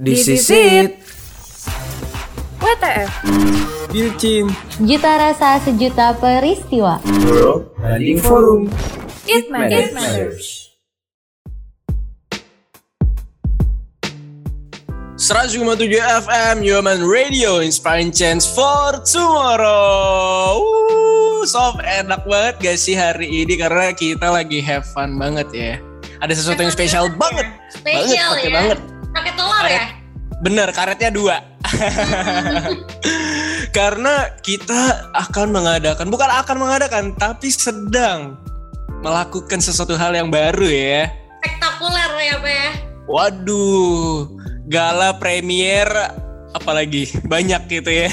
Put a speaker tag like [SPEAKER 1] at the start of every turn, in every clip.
[SPEAKER 1] Disisit.
[SPEAKER 2] WTF
[SPEAKER 1] Bilcin.
[SPEAKER 3] Juta rasa sejuta peristiwa.
[SPEAKER 1] Bro. Branding Forum.
[SPEAKER 2] It Matters
[SPEAKER 1] Matters. FM Human Radio Inspiring Change for Tomorrow. Wuh, sob enak banget gak sih hari ini karena kita lagi have fun banget ya. Ada sesuatu yang spesial banget. Banget,
[SPEAKER 4] Spesial
[SPEAKER 1] pakai
[SPEAKER 4] ya.
[SPEAKER 1] banget.
[SPEAKER 4] Pakai telur ya.
[SPEAKER 1] Bener, karetnya dua. Karena kita akan mengadakan, bukan akan mengadakan, tapi sedang melakukan sesuatu hal yang baru ya.
[SPEAKER 4] Spektakuler ya, Pak ya.
[SPEAKER 1] Waduh, gala premier apalagi banyak gitu ya.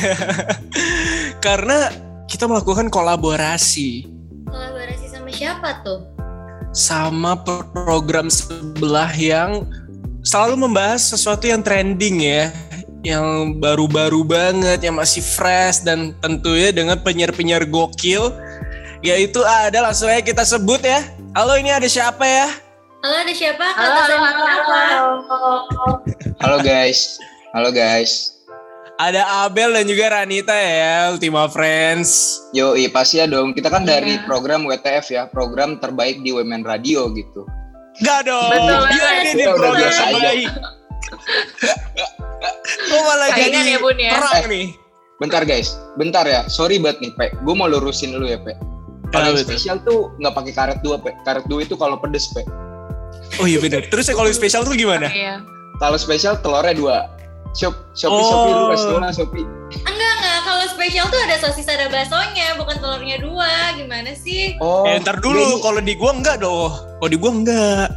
[SPEAKER 1] Karena kita melakukan kolaborasi
[SPEAKER 4] Kolaborasi sama siapa tuh?
[SPEAKER 1] sama program sebelah yang selalu membahas sesuatu yang trending ya yang baru-baru banget, yang masih fresh dan tentunya dengan penyiar-penyiar gokil yaitu ada langsung aja kita sebut ya halo ini ada siapa ya
[SPEAKER 4] Halo, ada siapa?
[SPEAKER 2] Halo,
[SPEAKER 4] Kata
[SPEAKER 2] halo,
[SPEAKER 4] saya
[SPEAKER 2] halo,
[SPEAKER 4] apa?
[SPEAKER 5] Halo guys, halo guys.
[SPEAKER 1] ada Abel dan juga Ranita ya Ultima Friends
[SPEAKER 5] Yoi, pasti ya dong. Kita kan
[SPEAKER 4] Iya.
[SPEAKER 5] dari program WTF ya, program terbaik di Women Radio gitu.
[SPEAKER 1] Gak dong,
[SPEAKER 2] Betul
[SPEAKER 1] gila
[SPEAKER 4] banget.
[SPEAKER 1] ini di
[SPEAKER 5] Kita udah
[SPEAKER 1] program
[SPEAKER 5] biasa aja.
[SPEAKER 1] baik Kok malah
[SPEAKER 2] Saingan
[SPEAKER 1] jadi
[SPEAKER 2] ya, Bun, ya?
[SPEAKER 1] perang nih
[SPEAKER 5] Bentar guys, bentar ya. Sorry banget nih, Pe. Gue mau lurusin lu ya, Pe.
[SPEAKER 1] Kenapa
[SPEAKER 5] Kalau yang
[SPEAKER 1] tuh?
[SPEAKER 5] spesial tuh nggak pakai karet dua, Pe. Karet dua itu kalau pedes, Pe.
[SPEAKER 1] Oh iya bener, terus kalau yang spesial tuh gimana?
[SPEAKER 2] Iya
[SPEAKER 5] Kalau spesial telurnya dua. Shop, Shopee,
[SPEAKER 1] Oh.
[SPEAKER 5] Shopee, lu kasih tau lah, Shopee.
[SPEAKER 4] Enggak, enggak. Kalau spesial tuh ada sosis, ada baksonya, bukan telurnya dua. Gimana sih?
[SPEAKER 5] Oh,
[SPEAKER 1] Eh, ntar dulu, kalau di gua enggak doh. Kalau di gua enggak.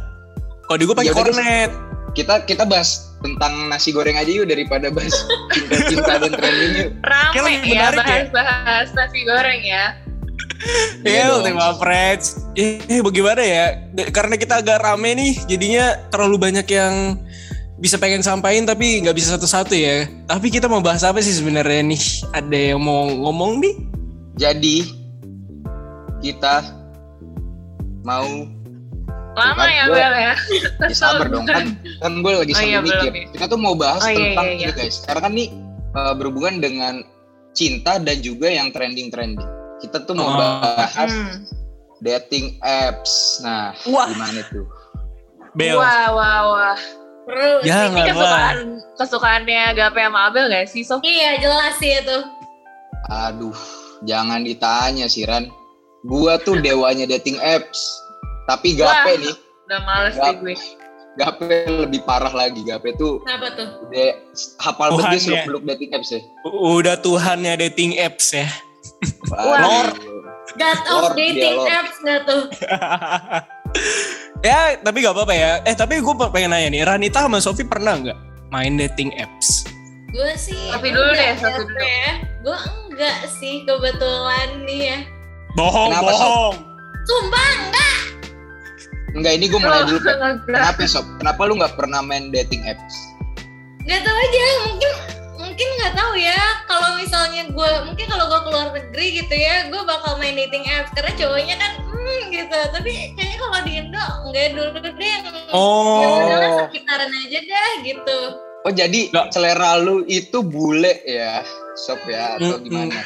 [SPEAKER 1] Kalau di gua pakai
[SPEAKER 5] Ya udah,
[SPEAKER 1] kornet.
[SPEAKER 5] Kita kita bahas tentang nasi goreng aja yuk daripada bahas cinta-cinta dan trending yuk.
[SPEAKER 1] Kayak
[SPEAKER 2] Rame
[SPEAKER 1] Nah, lebih
[SPEAKER 2] ya
[SPEAKER 1] menarik ya.
[SPEAKER 2] bahas-bahas nasi goreng ya
[SPEAKER 1] Iya,
[SPEAKER 5] Iya dong.
[SPEAKER 1] tema Freds. Eh, bagaimana ya? D- Karena kita agak rame nih, jadinya terlalu banyak yang bisa pengen sampaikan tapi nggak bisa satu-satu ya. Tapi kita mau bahas apa sih sebenarnya nih? Ada yang mau ngomong nih?
[SPEAKER 5] Jadi kita mau
[SPEAKER 2] Lama
[SPEAKER 5] Bukan,
[SPEAKER 2] ya
[SPEAKER 5] gua-
[SPEAKER 2] Bel ya
[SPEAKER 5] ya sabar dong kan kan gue lagi
[SPEAKER 2] Oh
[SPEAKER 5] sambil
[SPEAKER 2] iya,
[SPEAKER 5] mikir.
[SPEAKER 2] belum ya.
[SPEAKER 5] Kita tuh mau bahas
[SPEAKER 2] Oh iya,
[SPEAKER 5] tentang
[SPEAKER 2] iya, iya.
[SPEAKER 5] ini guys. Karena kan nih uh, berhubungan dengan cinta dan juga yang trending-trending. Kita tuh
[SPEAKER 1] Oh.
[SPEAKER 5] mau bahas
[SPEAKER 2] Hmm.
[SPEAKER 5] dating apps. Nah,
[SPEAKER 1] Wah.
[SPEAKER 5] gimana tuh?
[SPEAKER 1] Bel.
[SPEAKER 2] Wah wah wah
[SPEAKER 4] Terus.
[SPEAKER 1] Ya,
[SPEAKER 2] Ini
[SPEAKER 1] nggak,
[SPEAKER 2] kesukaan Kesukaannya Gape sama Abel gak sih Sof?
[SPEAKER 4] Iya, jelas sih itu.
[SPEAKER 5] Aduh, jangan ditanya sih Ran. Gua tuh dewanya dating apps. Tapi gape
[SPEAKER 2] Wah.
[SPEAKER 5] nih,
[SPEAKER 2] Udah males
[SPEAKER 5] Gap.
[SPEAKER 2] deh gue
[SPEAKER 5] gape lebih parah lagi. Gape tuh
[SPEAKER 4] Kenapa tuh?
[SPEAKER 5] udah hafal banget dia
[SPEAKER 1] Tuhannya.
[SPEAKER 5] seluk-beluk dating apps ya.
[SPEAKER 1] U- Udah Tuhannya dating apps ya.
[SPEAKER 5] Waduh.
[SPEAKER 4] God
[SPEAKER 5] Lord,
[SPEAKER 4] of
[SPEAKER 5] dia
[SPEAKER 4] dating
[SPEAKER 5] Lord.
[SPEAKER 4] apps nggak tuh?
[SPEAKER 1] ya, tapi nggak apa-apa ya. Eh, tapi gue pengen nanya nih, Ranita sama Sofi pernah nggak main dating apps?
[SPEAKER 4] Gue sih.
[SPEAKER 2] Tapi dulu deh,
[SPEAKER 4] enggak
[SPEAKER 2] satu
[SPEAKER 4] ya,
[SPEAKER 2] dulu.
[SPEAKER 4] Pe. Gue enggak sih kebetulan nih ya.
[SPEAKER 1] Bohong,
[SPEAKER 5] Kenapa, Sof?
[SPEAKER 1] bohong.
[SPEAKER 4] Sumpah enggak.
[SPEAKER 5] Enggak, ini gue mau
[SPEAKER 2] Oh,
[SPEAKER 5] nanya dulu. Pe.
[SPEAKER 2] Kenapa?
[SPEAKER 5] Kenapa sob? Kenapa lu nggak pernah main dating apps?
[SPEAKER 4] nggak tahu aja mungkin mungkin nggak tahu ya kalau misalnya gue mungkin kalau gue keluar negeri gitu ya gue bakal main dating apps karena cowoknya kan hmm gitu tapi kayaknya kalau di Indo nggak dulu deh yang yang
[SPEAKER 1] Oh,
[SPEAKER 4] udahlah sekitaran aja dah gitu
[SPEAKER 5] Oh jadi
[SPEAKER 1] Nggak.
[SPEAKER 5] selera lu itu bule ya, sob ya atau
[SPEAKER 1] Mm-mm.
[SPEAKER 5] gimana?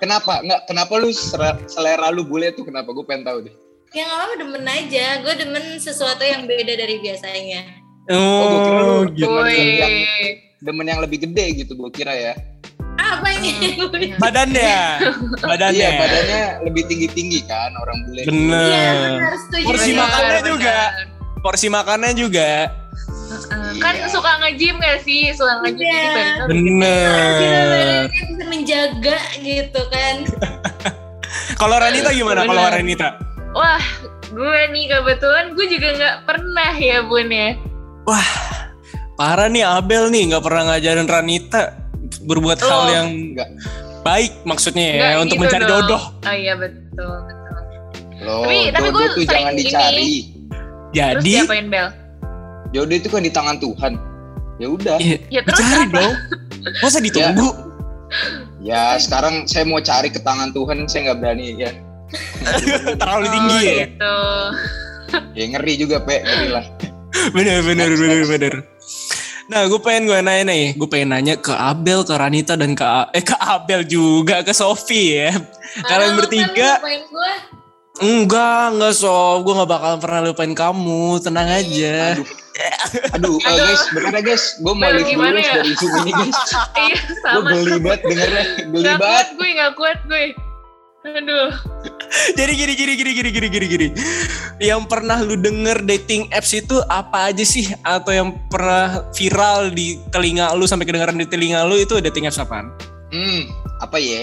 [SPEAKER 5] kenapa? Nggak, kenapa lu sera- selera lu bule tuh kenapa? Gue pengen tahu deh.
[SPEAKER 4] yang apa demen aja gue demen sesuatu yang beda dari biasanya
[SPEAKER 1] oh,
[SPEAKER 5] gua kira lu
[SPEAKER 1] gitu.
[SPEAKER 5] demen yang,
[SPEAKER 2] Wih
[SPEAKER 5] demen yang lebih gede gitu gue kira ya.
[SPEAKER 4] apa ini
[SPEAKER 1] Badannya, badannya.
[SPEAKER 5] Iya badannya lebih tinggi tinggi kan orang bule.
[SPEAKER 1] Bener.
[SPEAKER 4] iya benar setuju
[SPEAKER 1] Porsi
[SPEAKER 4] Iya.
[SPEAKER 1] makan. makannya
[SPEAKER 2] Benar,
[SPEAKER 1] juga.
[SPEAKER 2] benar.
[SPEAKER 1] Porsi makannya juga.
[SPEAKER 2] Eh, Kan
[SPEAKER 5] Iya.
[SPEAKER 2] suka nge-gym gak sih? Suka nge-gym
[SPEAKER 4] Iya.
[SPEAKER 2] gitu, badannya
[SPEAKER 4] Kita
[SPEAKER 1] Bener.
[SPEAKER 4] badannya bisa menjaga gitu kan
[SPEAKER 1] Kalau Ranita gimana? Kalau
[SPEAKER 2] Bener.
[SPEAKER 1] Ranita?
[SPEAKER 2] Wah, gue nih kebetulan gue juga nggak pernah ya bun ya.
[SPEAKER 1] Parah nih Abel nih nggak pernah ngajarin Ranita berbuat
[SPEAKER 2] Loh.
[SPEAKER 1] hal yang
[SPEAKER 5] Nggak.
[SPEAKER 1] baik maksudnya ya
[SPEAKER 2] Nggak
[SPEAKER 1] untuk
[SPEAKER 2] gitu
[SPEAKER 1] mencari
[SPEAKER 2] dong.
[SPEAKER 1] jodoh.
[SPEAKER 2] Oh iya betul. betul.
[SPEAKER 5] Loh,
[SPEAKER 2] Tapi- tapi
[SPEAKER 5] jodoh
[SPEAKER 2] gua
[SPEAKER 5] tuh
[SPEAKER 2] sering
[SPEAKER 5] jangan
[SPEAKER 2] gini.
[SPEAKER 5] dicari.
[SPEAKER 2] Terus
[SPEAKER 1] Jadi
[SPEAKER 2] diapain Bel?
[SPEAKER 5] Jodoh itu kan di tangan Tuhan. Ya udah.
[SPEAKER 1] ya,
[SPEAKER 2] Ya terus
[SPEAKER 1] dicari
[SPEAKER 2] apa?
[SPEAKER 1] dong. Masa ditunggu?
[SPEAKER 5] Ya sekarang saya mau cari ke tangan Tuhan, saya nggak berani ya.
[SPEAKER 1] Terlalu tinggi
[SPEAKER 2] oh,
[SPEAKER 1] ya.
[SPEAKER 2] gitu.
[SPEAKER 5] Ya ngeri juga pe, ngeri lah.
[SPEAKER 1] Bener bener bener bener. Nah, gue pengen gue nanya nih, gue pengen nanya ke Abel, ke Ranita dan ke A- eh ke Abel juga, ke Sofi ya. Kalian
[SPEAKER 4] Padahal lu kan
[SPEAKER 1] bertiga.
[SPEAKER 4] lupain gua.
[SPEAKER 1] Enggak, enggak Sof, gue nggak bakalan pernah lupain kamu, tenang aja.
[SPEAKER 5] Iya, Aduh. Aduh, eh, guys, bentar ya, guys. Gue mau
[SPEAKER 2] Aduh,
[SPEAKER 5] live
[SPEAKER 2] gimana
[SPEAKER 5] dulu
[SPEAKER 2] ya?
[SPEAKER 5] dari Zoom ini guys.
[SPEAKER 2] iya
[SPEAKER 5] Gue
[SPEAKER 2] sama.
[SPEAKER 5] geli banget dengernya, geli
[SPEAKER 2] Gak
[SPEAKER 5] banget.
[SPEAKER 2] kuat gue, gak kuat gue. Aduh,
[SPEAKER 1] Jadi gini gini gini gini gini gini gini. Yang pernah lu denger dating apps itu apa aja sih? Atau yang pernah viral di telinga lu sampai kedengaran di telinga lu itu dating apps apaan?
[SPEAKER 5] Hmm, apa ya?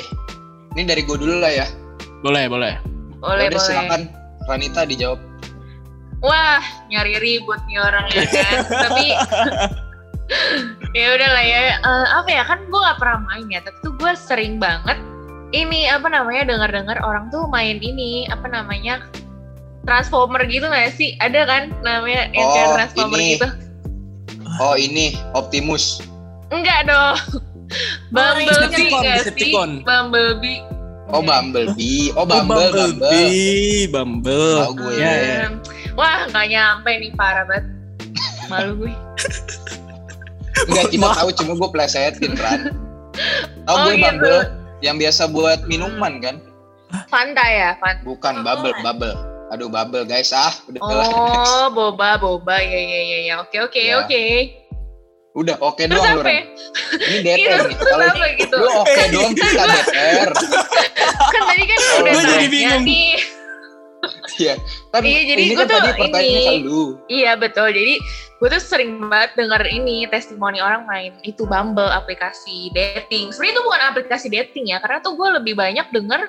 [SPEAKER 5] Ini dari gue dulu lah ya.
[SPEAKER 1] Boleh, boleh.
[SPEAKER 2] boleh
[SPEAKER 5] Yaudah,
[SPEAKER 2] boleh.
[SPEAKER 5] silakan Ranita dijawab.
[SPEAKER 2] Wah, nyari ribut nih orang ya kan. Tapi ya udahlah ya. Eh, apa ya kan gue gak pernah main ya. Tapi tuh gue sering banget ini apa namanya dengar-dengar orang tuh main ini apa namanya transformer gitu nggak sih? Ada kan namanya yang kayak
[SPEAKER 5] Oh,
[SPEAKER 2] transformer
[SPEAKER 5] ini.
[SPEAKER 2] gitu?
[SPEAKER 1] Ah.
[SPEAKER 5] Oh ini Optimus.
[SPEAKER 2] Enggak
[SPEAKER 5] Oh,
[SPEAKER 2] dong. Bumblebee
[SPEAKER 1] Decepticon,
[SPEAKER 2] nggak sih?
[SPEAKER 1] Decepticon.
[SPEAKER 2] Bumblebee.
[SPEAKER 5] Oh
[SPEAKER 2] Iya.
[SPEAKER 5] Bumblebee. Oh Bumble, Bumble.
[SPEAKER 1] Bumblebee, Bumble.
[SPEAKER 5] Tahu gue.
[SPEAKER 1] Iya,
[SPEAKER 5] ya.
[SPEAKER 2] Hmm. Wah, nggak nyampe nih parah banget. Malu gue.
[SPEAKER 5] Enggak kita
[SPEAKER 1] Maaf.
[SPEAKER 5] tahu cuma gue plesetin Ran. Tahu
[SPEAKER 2] Oh,
[SPEAKER 5] gue
[SPEAKER 2] gitu.
[SPEAKER 5] Bumble yang biasa buat minuman kan?
[SPEAKER 2] Fanta ya, Fanta.
[SPEAKER 5] Bukan bubble, bubble. Aduh bubble guys ah, udah lah.
[SPEAKER 2] Oh, boba, boba, ya, ya, ya, ya. Oke, oke,
[SPEAKER 5] Ya.
[SPEAKER 2] oke.
[SPEAKER 5] Udah oke
[SPEAKER 2] Terus
[SPEAKER 5] doang lu.
[SPEAKER 2] apa?
[SPEAKER 5] Ran.
[SPEAKER 2] ya?
[SPEAKER 5] Ini
[SPEAKER 2] Iya,
[SPEAKER 5] DPR nih.
[SPEAKER 2] terus
[SPEAKER 5] Kalau
[SPEAKER 2] apa gitu?
[SPEAKER 5] lu oke doang kita DPR.
[SPEAKER 2] Kan tadi kan udah
[SPEAKER 5] Gua jadi
[SPEAKER 2] nanya
[SPEAKER 1] bingung.
[SPEAKER 2] nih.
[SPEAKER 5] Iya. Tapi
[SPEAKER 2] Iya, jadi
[SPEAKER 5] ini
[SPEAKER 2] gua
[SPEAKER 5] kan
[SPEAKER 2] tuh
[SPEAKER 5] tadi pertanyaannya
[SPEAKER 2] ini.
[SPEAKER 5] kan lu.
[SPEAKER 2] Iya betul. Jadi gue tuh sering banget denger ini testimoni orang main itu Bumble aplikasi dating. Sebenarnya itu bukan aplikasi dating ya, karena tuh gue lebih banyak denger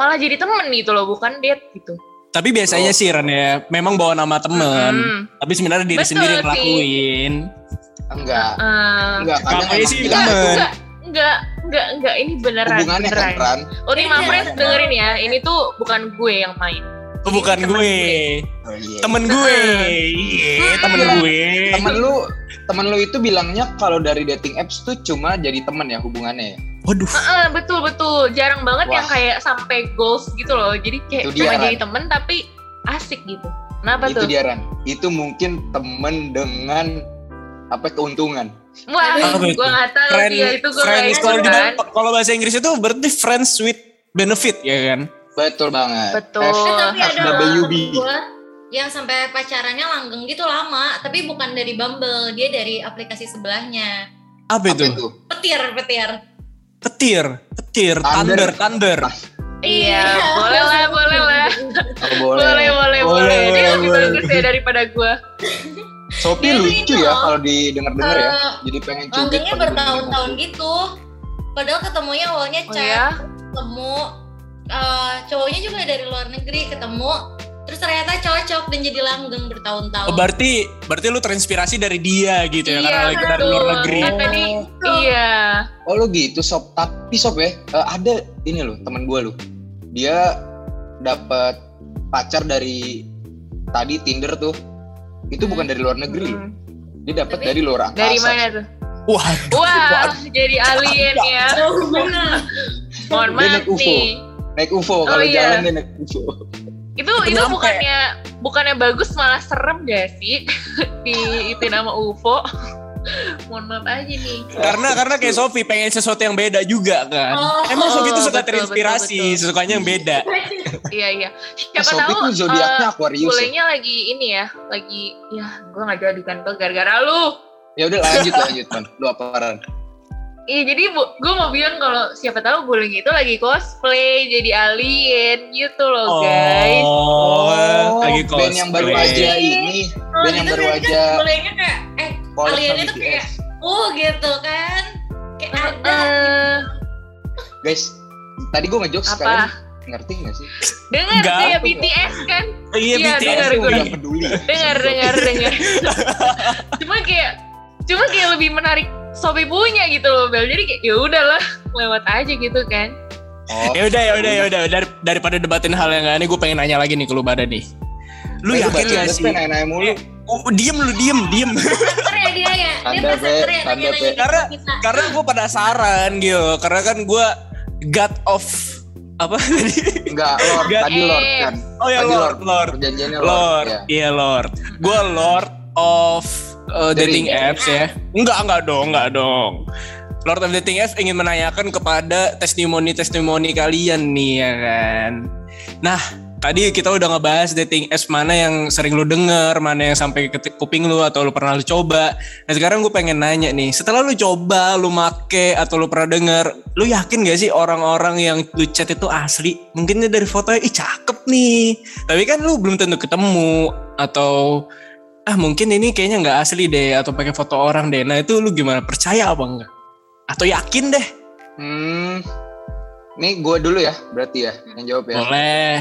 [SPEAKER 2] malah jadi temen gitu loh, bukan date gitu.
[SPEAKER 1] Tapi biasanya
[SPEAKER 5] Oh.
[SPEAKER 1] sih Ren ya, memang bawa nama temen.
[SPEAKER 2] Hmm.
[SPEAKER 1] Tapi sebenarnya diri
[SPEAKER 2] Betul
[SPEAKER 1] sendiri yang
[SPEAKER 2] sih.
[SPEAKER 1] ngelakuin.
[SPEAKER 5] Enggak.
[SPEAKER 2] Eh,
[SPEAKER 5] Enggak, kan kadang
[SPEAKER 1] Ngapain
[SPEAKER 5] emang
[SPEAKER 1] sih
[SPEAKER 5] kita
[SPEAKER 1] temen?
[SPEAKER 2] enggak, enggak, enggak, enggak, ini beneran.
[SPEAKER 5] hubungannya kan
[SPEAKER 2] beneran.
[SPEAKER 5] Ran.
[SPEAKER 2] Ultima
[SPEAKER 4] Iya,
[SPEAKER 2] Friends
[SPEAKER 4] bener.
[SPEAKER 2] dengerin ya, ini tuh bukan gue yang main.
[SPEAKER 1] Oh, bukan
[SPEAKER 2] Temen
[SPEAKER 1] gue.
[SPEAKER 5] Oh, iya.
[SPEAKER 1] Temen gue. Iya, temen
[SPEAKER 5] Hmm.
[SPEAKER 1] gue.
[SPEAKER 5] temen lu temen lu itu bilangnya kalau dari dating apps tuh cuma jadi temen ya hubungannya ya
[SPEAKER 1] Waduh.
[SPEAKER 2] Eh, betul betul, jarang banget
[SPEAKER 5] Wah.
[SPEAKER 2] yang kayak sampai goals gitu loh. Jadi kayak
[SPEAKER 5] Itu dia,
[SPEAKER 2] cuma
[SPEAKER 5] Ran.
[SPEAKER 2] jadi temen tapi asik gitu. Kenapa
[SPEAKER 5] itu
[SPEAKER 2] tuh?
[SPEAKER 5] dia Ran itu mungkin temen dengan apa keuntungan
[SPEAKER 2] Wah,
[SPEAKER 1] Apa itu?
[SPEAKER 2] gue nggak tahu
[SPEAKER 1] Friend,
[SPEAKER 2] dia itu gue
[SPEAKER 1] friend
[SPEAKER 2] nggak
[SPEAKER 1] is- kalau
[SPEAKER 2] ikut
[SPEAKER 1] di
[SPEAKER 2] kan.
[SPEAKER 1] dalam- kalau bahasa Inggris itu berarti friends with benefit ya kan?
[SPEAKER 5] betul banget
[SPEAKER 2] Betul. E.
[SPEAKER 5] F-
[SPEAKER 4] Eh, tapi ada
[SPEAKER 5] FWB.
[SPEAKER 4] orang temen gua yang sampai pacarannya langgeng gitu lama, tapi bukan dari Bumble, dia dari aplikasi sebelahnya.
[SPEAKER 1] Apa
[SPEAKER 5] apa
[SPEAKER 1] itu?
[SPEAKER 5] itu
[SPEAKER 4] Petir, petir.
[SPEAKER 1] Petir, petir,
[SPEAKER 5] Thunder.
[SPEAKER 1] thunder, thunder.
[SPEAKER 2] Iya, boleh lah, boleh lah,
[SPEAKER 4] Eh,
[SPEAKER 5] Oh,
[SPEAKER 2] boleh, boleh, boleh.
[SPEAKER 5] Boleh,
[SPEAKER 2] Dia lebih
[SPEAKER 5] boleh.
[SPEAKER 2] bagus ya daripada gue.
[SPEAKER 5] Shopee
[SPEAKER 2] Iya,
[SPEAKER 4] Dia
[SPEAKER 5] lucu
[SPEAKER 4] ini
[SPEAKER 5] ya
[SPEAKER 4] loh.
[SPEAKER 5] kalau didengar-dengar ya
[SPEAKER 4] Eh,
[SPEAKER 5] jadi pengen cubit
[SPEAKER 4] Langgengnya
[SPEAKER 5] kalau
[SPEAKER 4] bertahun-tahun
[SPEAKER 5] didengar-dengar.
[SPEAKER 4] gitu. Padahal ketemunya awalnya
[SPEAKER 2] Oh
[SPEAKER 4] chat,
[SPEAKER 2] ya,
[SPEAKER 4] ketemu eh, cowoknya juga dari luar negeri ketemu terus ternyata cocok dan jadi langgeng bertahun-tahun.
[SPEAKER 1] Oh, berarti berarti lu terinspirasi dari dia gitu ya karena lagi dari luar
[SPEAKER 2] Iya, betul.
[SPEAKER 1] negeri.
[SPEAKER 2] Kan tadi, iya.
[SPEAKER 5] oh lu gitu sob tapi sob ya eh, ada ini loh temen gue loh dia dapat pacar dari tadi Tinder tuh itu bukan dari luar negeri loh.
[SPEAKER 2] Hmm.
[SPEAKER 5] dia dapat
[SPEAKER 4] Tapi-
[SPEAKER 5] dari luar angkasa
[SPEAKER 2] Dari mana tuh?
[SPEAKER 1] Wah,
[SPEAKER 2] Wah, jadi alien ya. Mohon
[SPEAKER 5] Dia
[SPEAKER 2] maaf
[SPEAKER 5] naik UFO.
[SPEAKER 2] nih.
[SPEAKER 5] naik UFO
[SPEAKER 2] Oh,
[SPEAKER 5] kalau
[SPEAKER 2] iya.
[SPEAKER 5] jalan dia naik UFO
[SPEAKER 2] Itu itu
[SPEAKER 1] Kenapa?
[SPEAKER 2] bukannya bukannya bagus malah serem gak sih? Di itu nama UFO. Mohon maaf aja nih.
[SPEAKER 1] karena karena kayak Sofi pengen sesuatu yang beda juga kan.
[SPEAKER 4] Oh.
[SPEAKER 1] Emang Sofi tuh suka
[SPEAKER 2] Betul,
[SPEAKER 1] terinspirasi,
[SPEAKER 2] betul, betul.
[SPEAKER 1] sukanya yang beda.
[SPEAKER 2] Iya iya.
[SPEAKER 5] Eh,
[SPEAKER 2] Siapa
[SPEAKER 5] Sophie
[SPEAKER 2] tahu
[SPEAKER 5] tuh zodiaknya
[SPEAKER 2] eh,
[SPEAKER 5] Aquarius ya.
[SPEAKER 2] Kulenya lagi ini ya, lagi ya gue nggak jadi kan Bel, gara-gara lu.
[SPEAKER 5] Ya udah lanjut lanjut man. Lu aparan.
[SPEAKER 2] Iya jadi gue mau bilang kalau siapa tahu guling itu lagi cosplay jadi alien gitu loh guys.
[SPEAKER 1] Oh, lagi cosplay.
[SPEAKER 5] Band yang baru aja ini,
[SPEAKER 4] Kalau
[SPEAKER 5] band yang
[SPEAKER 4] gitu
[SPEAKER 5] baru
[SPEAKER 4] berarti
[SPEAKER 5] aja
[SPEAKER 4] kan mulainya kayak eh
[SPEAKER 5] collab
[SPEAKER 4] Aliennya
[SPEAKER 5] sama
[SPEAKER 4] tuh
[SPEAKER 5] BTS.
[SPEAKER 4] kayak- oh gitu kan. Kayak ada
[SPEAKER 2] Eh,
[SPEAKER 5] Guys, tadi gue ngejokes
[SPEAKER 2] Apa?
[SPEAKER 5] kalian ngerti gak sih?
[SPEAKER 2] dengar
[SPEAKER 1] Enggak.
[SPEAKER 2] kayak BTS kan?
[SPEAKER 1] Iya,
[SPEAKER 2] Iya,
[SPEAKER 1] BTS.
[SPEAKER 2] dengar
[SPEAKER 5] Kalian tuh
[SPEAKER 2] gue.
[SPEAKER 5] nggak peduli. ya.
[SPEAKER 2] dengar dengar dengar cuma kayak cuma kayak lebih menarik Sobi punya gitu loh Bel jadi kayak ya udahlah lewat aja gitu kan
[SPEAKER 5] Oh,
[SPEAKER 1] Ya udah, ya udah, ya udah. Dar- daripada debatin hal yang gak aneh, gue pengen nanya lagi nih ke lu pada nih. Lu
[SPEAKER 5] ya
[SPEAKER 1] yakin gak sih?
[SPEAKER 5] Nanya mulu.
[SPEAKER 1] Eh, oh, diem lu, diem, diem.
[SPEAKER 4] peter ya dia ya. Dia
[SPEAKER 5] Tanda
[SPEAKER 4] peter
[SPEAKER 5] B,
[SPEAKER 4] ya
[SPEAKER 5] tanda
[SPEAKER 4] nanya-nanya
[SPEAKER 5] B.
[SPEAKER 1] Karena-
[SPEAKER 4] kita.
[SPEAKER 1] karena gue penasaran gitu. Karena kan gue god of apa tadi?
[SPEAKER 5] Enggak, Lord.
[SPEAKER 1] Gak-
[SPEAKER 5] Tadi Lord
[SPEAKER 2] Eh.
[SPEAKER 5] kan.
[SPEAKER 1] Oh ya
[SPEAKER 5] Tadi
[SPEAKER 1] Lord, ya. Lord.
[SPEAKER 5] Iya. Perjanjiannya Lord.
[SPEAKER 1] Lord,
[SPEAKER 5] ya.
[SPEAKER 1] iya Lord. Gue Lord of eh, dating
[SPEAKER 5] Dari-
[SPEAKER 1] apps ya? Enggak, enggak dong, enggak dong. Lord of Dating Apps ingin menanyakan kepada testimoni-testimoni kalian nih ya kan. Nah, tadi kita udah ngebahas dating apps mana yang sering lu denger, mana yang sampai ke te- kuping lu atau lu pernah lu coba. Nah, sekarang gue pengen nanya nih, setelah lu coba, lu make atau lu pernah denger, lu yakin gak sih orang-orang yang lu chat itu asli? Mungkinnya dari fotonya, ih cakep nih. Tapi kan lu belum tentu ketemu atau ah mungkin ini kayaknya nggak asli deh atau pakai foto orang deh. Nah itu lu gimana percaya apa enggak? Atau yakin deh?
[SPEAKER 5] Hmm. Nih gue dulu ya, berarti ya yang
[SPEAKER 1] Oh.
[SPEAKER 5] jawab ya.
[SPEAKER 1] Boleh.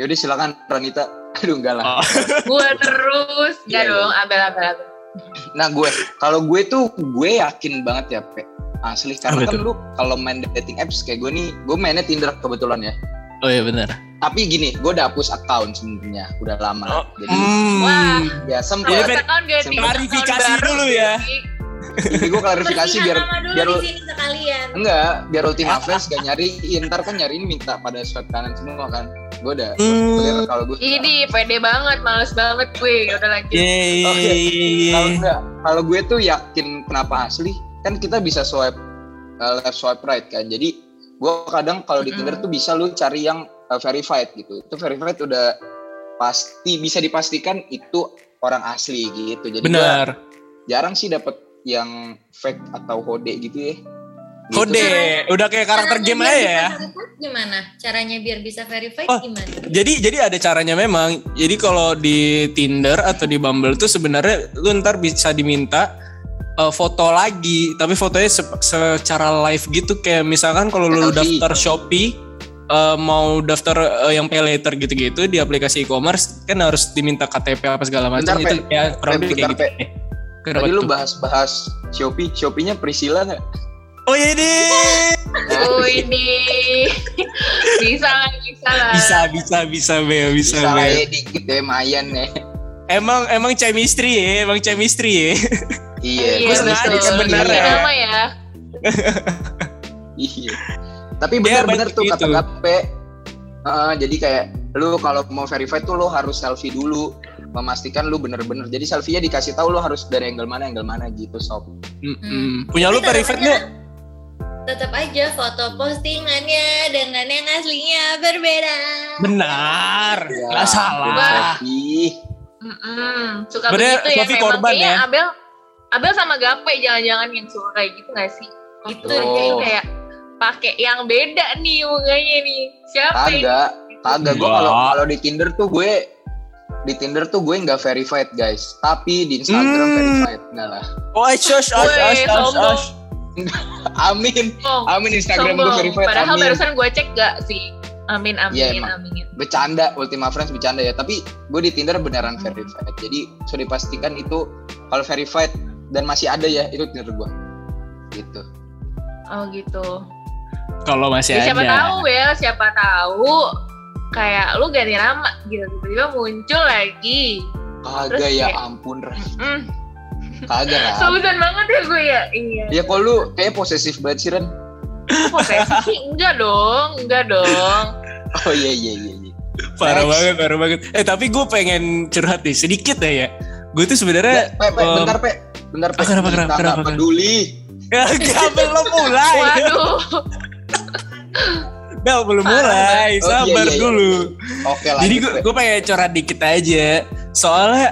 [SPEAKER 5] Yaudah silakan Ranita. Aduh enggak lah.
[SPEAKER 1] Oh.
[SPEAKER 2] Gue terus, enggak
[SPEAKER 5] Iya,
[SPEAKER 2] dong, abal-abal.
[SPEAKER 5] Nah gue, kalau gue tuh gue yakin banget ya, Pe. Asli karena
[SPEAKER 1] Apa
[SPEAKER 5] kan
[SPEAKER 1] tuh?
[SPEAKER 5] lu kalau main dating apps kayak gue nih, gue mainnya Tinder kebetulan ya.
[SPEAKER 1] Oh iya benar.
[SPEAKER 5] Tapi gini, gue udah hapus account sebenarnya, udah lama.
[SPEAKER 1] Oh.
[SPEAKER 5] lah. Jadi
[SPEAKER 2] Wah.
[SPEAKER 1] Hmm.
[SPEAKER 5] ya
[SPEAKER 1] Jadi,
[SPEAKER 5] sempet.
[SPEAKER 1] Fer,
[SPEAKER 2] tahun ganti
[SPEAKER 1] klarifikasi
[SPEAKER 2] tahun baru,
[SPEAKER 1] dulu ya.
[SPEAKER 2] jadi-
[SPEAKER 5] Jadi gue klarifikasi
[SPEAKER 4] Bersihkan
[SPEAKER 5] biar
[SPEAKER 4] nama dulu
[SPEAKER 5] biar
[SPEAKER 4] di sini sekalian.
[SPEAKER 5] enggak biar
[SPEAKER 1] Ya.
[SPEAKER 5] Ultima Friends gak nyariin ntar kan nyariin minta pada swipe kanan semua kan gue udah
[SPEAKER 1] Hmm.
[SPEAKER 5] clear kalau gue
[SPEAKER 2] Ini pede banget, males banget gue. Ya Udah gitu. lanjut.
[SPEAKER 1] Yeay.
[SPEAKER 5] Oke.
[SPEAKER 1] iya.
[SPEAKER 5] kalau enggak kalau gue tuh yakin kenapa asli kan kita bisa swipe uh, left swipe right kan jadi gue kadang kalau di
[SPEAKER 1] Hmm.
[SPEAKER 5] Tinder tuh bisa lu cari yang uh, verified gitu itu verified udah pasti bisa dipastikan itu orang asli gitu jadi gua
[SPEAKER 1] Benar.
[SPEAKER 5] jarang sih dapet yang fake atau hode gitu ya Gitu.
[SPEAKER 1] Kode. Udah kayak karakter
[SPEAKER 4] Caranya
[SPEAKER 1] game aja
[SPEAKER 4] biar
[SPEAKER 1] ya.
[SPEAKER 4] bisa verified Gimana? Caranya biar bisa verified
[SPEAKER 1] Oh.
[SPEAKER 4] gimana?
[SPEAKER 1] Jadi jadi ada caranya memang. Jadi kalau di Tinder atau di Bumble tuh sebenarnya lu ntar bisa diminta eh, foto lagi, tapi fotonya se- secara live gitu kayak misalkan kalau lu
[SPEAKER 5] Selfie.
[SPEAKER 1] daftar Shopee eh, mau daftar eh, yang pay later gitu-gitu di aplikasi e-commerce kan harus diminta KTP apa segala macam
[SPEAKER 5] Bentar,
[SPEAKER 1] itu ya kurang lebih kayak
[SPEAKER 5] Bentar,
[SPEAKER 1] gitu. deh. Kenapa
[SPEAKER 5] Tadi lu
[SPEAKER 1] tuh?
[SPEAKER 5] bahas-bahas Shopee, Shopee-nya Priscilla nggak? Nah,
[SPEAKER 1] Oh iya deh.
[SPEAKER 2] Oh ini bisa lah, bisa lah.
[SPEAKER 1] Bisa bisa bisa Bel, bisa,
[SPEAKER 5] Bisa
[SPEAKER 1] Bel.
[SPEAKER 5] lah ya dikit ya, Mayan ya.
[SPEAKER 1] Emang emang chemistry ya, emang chemistry ya.
[SPEAKER 5] Iya,
[SPEAKER 1] Iya,
[SPEAKER 5] Priscilla
[SPEAKER 1] betul.
[SPEAKER 5] dikit
[SPEAKER 1] Bener
[SPEAKER 5] iya.
[SPEAKER 1] ya.
[SPEAKER 2] Nama ya.
[SPEAKER 5] Iya. Tapi
[SPEAKER 1] Dia
[SPEAKER 5] benar-benar
[SPEAKER 1] banyak
[SPEAKER 5] tuh kata
[SPEAKER 1] gitu.
[SPEAKER 5] KP. Heeh, jadi kayak lu kalau mau verify tuh lu harus selfie dulu memastikan lu bener-bener jadi selfie-nya dikasih tahu lu harus dari angle mana angle mana gitu sob
[SPEAKER 1] Mm-mm. Punya lu
[SPEAKER 4] Tapi
[SPEAKER 1] verified
[SPEAKER 4] caranya
[SPEAKER 1] nggak?
[SPEAKER 4] Tetap aja foto postingannya dengan yang aslinya berbeda.
[SPEAKER 1] Benar, nggak salah.
[SPEAKER 5] ampun, Sophie.
[SPEAKER 2] Mm-mm, suka
[SPEAKER 1] Sebenarnya
[SPEAKER 2] begitu ya
[SPEAKER 1] Sofi
[SPEAKER 2] memang
[SPEAKER 1] korban
[SPEAKER 2] Kayaknya
[SPEAKER 1] ya.
[SPEAKER 2] Abel Abel sama Gape jangan-jangan yang suka kayak gitu gak sih? Itu
[SPEAKER 1] Gitu.
[SPEAKER 5] Betul.
[SPEAKER 2] jadi kayak pakai yang beda nih mukanya nih. Siapa ini?
[SPEAKER 5] kagak kagak gue
[SPEAKER 1] Enggak.
[SPEAKER 5] kalau kalau di Tinder tuh gue di Tinder tuh gue nggak verified guys tapi di Instagram
[SPEAKER 1] Hmm.
[SPEAKER 5] verified enggak lah
[SPEAKER 1] Oh, shush, shush,
[SPEAKER 2] Woi,
[SPEAKER 1] shush, shush,
[SPEAKER 2] sombong.
[SPEAKER 1] shush.
[SPEAKER 5] amin
[SPEAKER 2] Sombong.
[SPEAKER 5] amin Instagram gue
[SPEAKER 2] Oh, Sombong.
[SPEAKER 5] verified
[SPEAKER 2] Padahal
[SPEAKER 5] amin
[SPEAKER 2] barusan gue cek gak sih? Amin, amin,
[SPEAKER 5] Iya, emang.
[SPEAKER 2] amin.
[SPEAKER 5] bercanda Ultima Friends bercanda ya tapi gue di Tinder beneran verified jadi sudah dipastikan itu kalau verified dan masih ada ya itu Tinder gue gitu
[SPEAKER 2] Oh gitu.
[SPEAKER 1] Kalau masih
[SPEAKER 2] Ya,
[SPEAKER 1] ada.
[SPEAKER 2] siapa tahu Bel, siapa tahu kayak lu ganti nama gitu tiba-tiba muncul lagi.
[SPEAKER 5] kagak
[SPEAKER 2] Terus
[SPEAKER 5] ya
[SPEAKER 2] kayak-
[SPEAKER 5] ampun Ray.
[SPEAKER 2] Mm.
[SPEAKER 5] kagak lah
[SPEAKER 2] Susan banget ya gue ya. Iya.
[SPEAKER 5] ya kok lu kayak posesif banget sih Ren
[SPEAKER 2] Kok posesif sih? Enggak dong, enggak dong.
[SPEAKER 5] oh iya iya iya iya.
[SPEAKER 1] Parah
[SPEAKER 5] Next.
[SPEAKER 1] banget, parah banget. Eh, tapi gue pengen curhat nih sedikit ya ya. Gue tuh sebenarnya
[SPEAKER 5] pe, pe,
[SPEAKER 1] um,
[SPEAKER 5] bentar pe bentar pe
[SPEAKER 1] Ah, kenapa,
[SPEAKER 5] Kita
[SPEAKER 1] kenapa,
[SPEAKER 5] nggak
[SPEAKER 1] kenapa, kenapa?
[SPEAKER 5] peduli
[SPEAKER 1] gak belum mulai.
[SPEAKER 2] Waduh.
[SPEAKER 1] Bel belum mulai.
[SPEAKER 5] Oh, iya,
[SPEAKER 1] Sabar
[SPEAKER 5] iya, iya.
[SPEAKER 1] dulu.
[SPEAKER 5] oke lah
[SPEAKER 1] Jadi gue gue pengen curhat dikit aja. Soalnya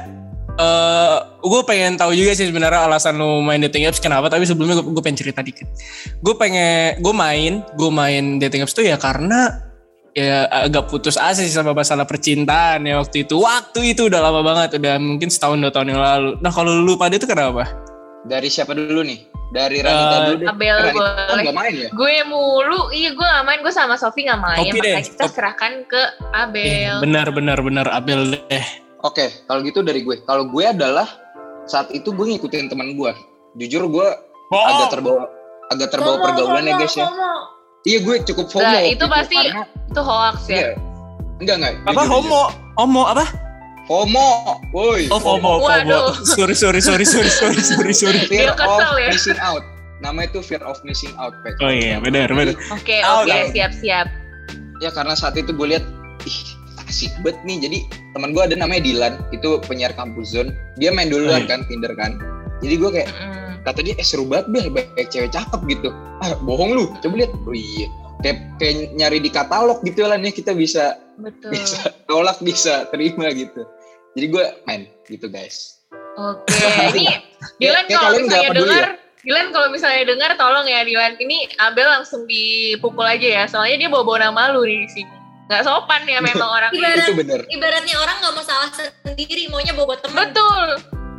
[SPEAKER 1] eh gue pengen tahu juga sih sebenarnya alasan lu main dating apps kenapa tapi sebelumnya gue, gue pengen cerita dikit gue pengen gue main gue main dating apps tuh ya karena ya agak putus asa sih sama masalah percintaan ya waktu itu waktu itu udah lama banget udah mungkin setahun dua tahun yang lalu nah kalau lu pada itu kenapa
[SPEAKER 5] dari siapa dulu nih dari Ranita
[SPEAKER 1] Eh,
[SPEAKER 5] dulu deh
[SPEAKER 2] Abel
[SPEAKER 5] Ranita kan
[SPEAKER 2] boleh.
[SPEAKER 5] nggak main ya
[SPEAKER 2] Gue mulu, iya gue gak main, gue sama Sofi gak main.
[SPEAKER 1] Sofi
[SPEAKER 2] Makanya
[SPEAKER 1] deh,
[SPEAKER 2] kita
[SPEAKER 1] Sofi.
[SPEAKER 2] serahkan ke
[SPEAKER 1] Eh,
[SPEAKER 5] Iya,
[SPEAKER 2] Abel.
[SPEAKER 1] benar benar benar Abel deh
[SPEAKER 5] Oke, kalau gitu dari gue. Kalau gue adalah saat itu gue ngikutin teman gue. Jujur gue
[SPEAKER 1] Oh.
[SPEAKER 5] agak terbawa agak terbawa pergaulan ya guys ya. Iya gue cukup FOMO.
[SPEAKER 2] Nah,
[SPEAKER 5] waktu
[SPEAKER 2] itu pasti
[SPEAKER 5] karena,
[SPEAKER 2] itu hoax ya.
[SPEAKER 5] iya. Enggak enggak.
[SPEAKER 1] apa
[SPEAKER 5] jujur, jujur.
[SPEAKER 1] homo homo apa
[SPEAKER 5] Homo. Woi.
[SPEAKER 1] oh homo homo
[SPEAKER 2] Waduh.
[SPEAKER 1] sorry sorry sorry sorry sorry sorry sorry
[SPEAKER 5] Fear
[SPEAKER 2] Dia
[SPEAKER 5] of
[SPEAKER 2] kesel ya.
[SPEAKER 5] missing out. Nama itu fear of missing out, Pak.
[SPEAKER 1] oh iya benar benar
[SPEAKER 2] Oke,
[SPEAKER 1] Oh,
[SPEAKER 2] oke,
[SPEAKER 5] enggak.
[SPEAKER 2] siap-siap.
[SPEAKER 5] Ya karena saat itu gue lihat ih asik banget nih. Jadi teman gue ada namanya Dilan, itu penyiar kampus zone. Dia main
[SPEAKER 1] Oh,
[SPEAKER 5] duluan
[SPEAKER 1] iya.
[SPEAKER 5] kan Tinder kan. jadi gue kayak
[SPEAKER 2] Mm-mm.
[SPEAKER 5] kata dia eh, seru banget bel banyak cewek cakep gitu ah bohong lu coba lihat oh iya kayak, kayak nyari di katalog gitu lah nih kita bisa
[SPEAKER 2] Betul.
[SPEAKER 5] bisa tolak bisa terima gitu jadi gue main gitu guys
[SPEAKER 2] Oke, ini Dilan kalau
[SPEAKER 5] Kayak- kayak Iya. Ya, kalian nggak
[SPEAKER 2] misalnya
[SPEAKER 5] peduli ya.
[SPEAKER 2] dengar, Dilan kalau misalnya dengar tolong ya Dilan ini Abel langsung dipukul aja ya, soalnya dia bawa-bawa nama lu di sini. Nggak sopan ya memang
[SPEAKER 5] Iya.
[SPEAKER 2] orang.
[SPEAKER 4] Ibarat-
[SPEAKER 5] itu bener
[SPEAKER 4] ibaratnya orang nggak mau salah sendiri maunya bobo teman
[SPEAKER 2] Betul.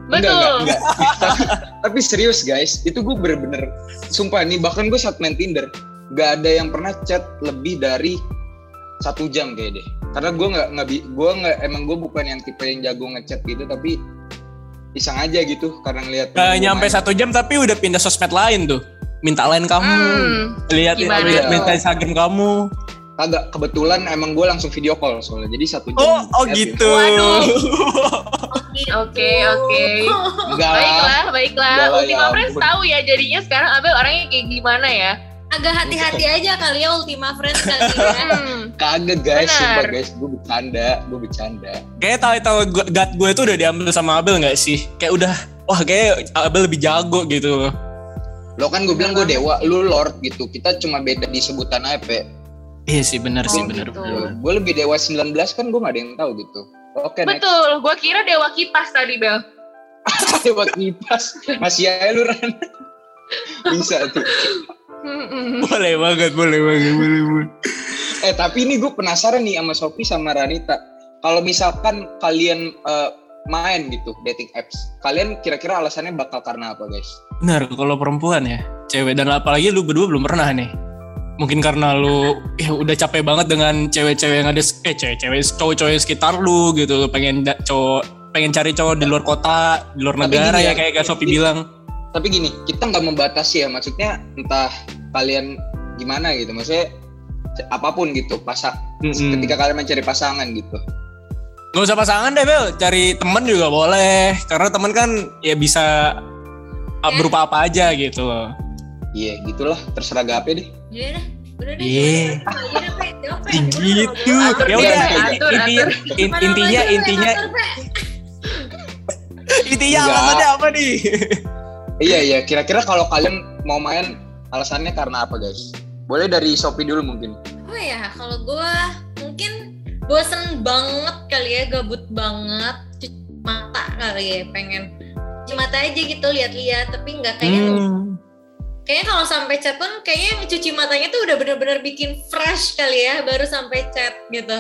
[SPEAKER 5] Enggak,
[SPEAKER 2] Betul.
[SPEAKER 5] enggak, enggak. tapi, tapi serius guys, itu gue bener-bener sumpah nih bahkan gue saat main Tinder gak ada yang pernah chat lebih dari satu jam kayak deh. Karena gue nggak nggak bi- gue nggak emang gue bukan yang tipe yang jago ngechat gitu tapi iseng aja gitu karena ngeliat
[SPEAKER 1] Nggak
[SPEAKER 5] temen gua
[SPEAKER 1] nyampe
[SPEAKER 5] main.
[SPEAKER 1] satu jam tapi udah pindah sosmed lain tuh. Minta lain kamu,
[SPEAKER 2] Hmm.
[SPEAKER 1] lihat
[SPEAKER 2] gimana
[SPEAKER 1] lihat
[SPEAKER 5] tuh?
[SPEAKER 1] minta Instagram kamu.
[SPEAKER 5] Kagak kebetulan emang gue langsung video call soalnya jadi satu jam.
[SPEAKER 1] Oh, oh
[SPEAKER 5] chat
[SPEAKER 1] gitu.
[SPEAKER 2] Waduh.
[SPEAKER 4] gitu.
[SPEAKER 2] Oke, oke.
[SPEAKER 5] Enggak lah.
[SPEAKER 2] Baiklah, baiklah.
[SPEAKER 5] Enggak lah,
[SPEAKER 2] Ultima
[SPEAKER 5] ya
[SPEAKER 2] Friends
[SPEAKER 5] ampun.
[SPEAKER 2] tahu ya jadinya sekarang Abel orangnya kayak gimana ya.
[SPEAKER 4] agak hati-hati aja kali ya Ultima Friends kali ya
[SPEAKER 2] Hmm.
[SPEAKER 5] Kagak
[SPEAKER 2] Benar.
[SPEAKER 5] guys, sumpah guys, gue bercanda, gue bercanda.
[SPEAKER 1] Kayaknya tahu-tahu gu- gut gue tuh udah diambil sama Abel nggak sih? Kayak udah, wah kayak Abel lebih jago gitu.
[SPEAKER 5] Lo kan gue bilang gue dewa, lu lord gitu. Kita cuma beda di sebutan aja, Pe.
[SPEAKER 1] Iya sih benar sih
[SPEAKER 2] Oh,
[SPEAKER 1] benar.
[SPEAKER 2] gitu.
[SPEAKER 1] benar.
[SPEAKER 5] gue lebih dewa 19 kan gue gak ada yang tahu gitu oke next
[SPEAKER 2] Betul, gua kira dewa kipas tadi Bel.
[SPEAKER 5] dewa kipas masih aja lu Ran. bisa tuh
[SPEAKER 2] Hmm.
[SPEAKER 1] Boleh banget, boleh banget, boleh banget.
[SPEAKER 5] eh tapi ini gue penasaran nih sama Sofi sama Ranita kalau misalkan kalian eh, main gitu dating apps kalian kira-kira alasannya bakal karena apa guys
[SPEAKER 1] Benar, kalau perempuan ya, cewek dan apalagi lu berdua belum pernah nih. Mungkin karena lu ya udah capek banget dengan cewek-cewek yang ada eh cewek-cewek cowok-cowok yang sekitar lu gitu, lu pengen da- cowok pengen cari cowok di luar kota, di luar
[SPEAKER 5] Tapi
[SPEAKER 1] negara
[SPEAKER 5] gini
[SPEAKER 1] ya
[SPEAKER 5] ya,
[SPEAKER 1] kayak Kak Sofi
[SPEAKER 5] gini.
[SPEAKER 1] bilang.
[SPEAKER 5] tapi gini kita nggak membatasi ya maksudnya entah kalian gimana gitu maksudnya apapun gitu pasak
[SPEAKER 1] Mm-mm.
[SPEAKER 5] ketika kalian mencari pasangan gitu
[SPEAKER 1] Gak usah pasangan deh Bel, cari temen juga boleh. Karena temen kan ya bisa ah, berupa apa aja gitu loh.
[SPEAKER 5] iya gitulah terserah gape deh
[SPEAKER 4] Iya dah, udah deh.
[SPEAKER 1] Iya.
[SPEAKER 4] Iya deh, Pe. Jawab, Pe.
[SPEAKER 1] Gitu.
[SPEAKER 2] Atur,
[SPEAKER 1] Ya udah,
[SPEAKER 5] Bel,
[SPEAKER 2] atur,
[SPEAKER 1] intinya in-
[SPEAKER 4] Mana
[SPEAKER 1] intinya
[SPEAKER 4] baju lu yang
[SPEAKER 1] intinya
[SPEAKER 4] atur, Pe?
[SPEAKER 1] intinya
[SPEAKER 5] Enggak.
[SPEAKER 1] alasannya apa nih?
[SPEAKER 5] Iya iya, kira-kira kalau kalian mau main alasannya karena apa guys? Boleh dari Shopee dulu mungkin.
[SPEAKER 4] Apa ya? Kalau gue mungkin bosen banget kali ya, gabut banget, cuci mata kali ya, pengen cuci mata aja gitu lihat-lihat, tapi nggak kayaknya.
[SPEAKER 5] Hmm.
[SPEAKER 1] Hmm.
[SPEAKER 4] Kayaknya kalau sampai chat pun kayaknya cuci matanya tuh udah bener-bener bikin fresh kali ya, baru sampai chat gitu.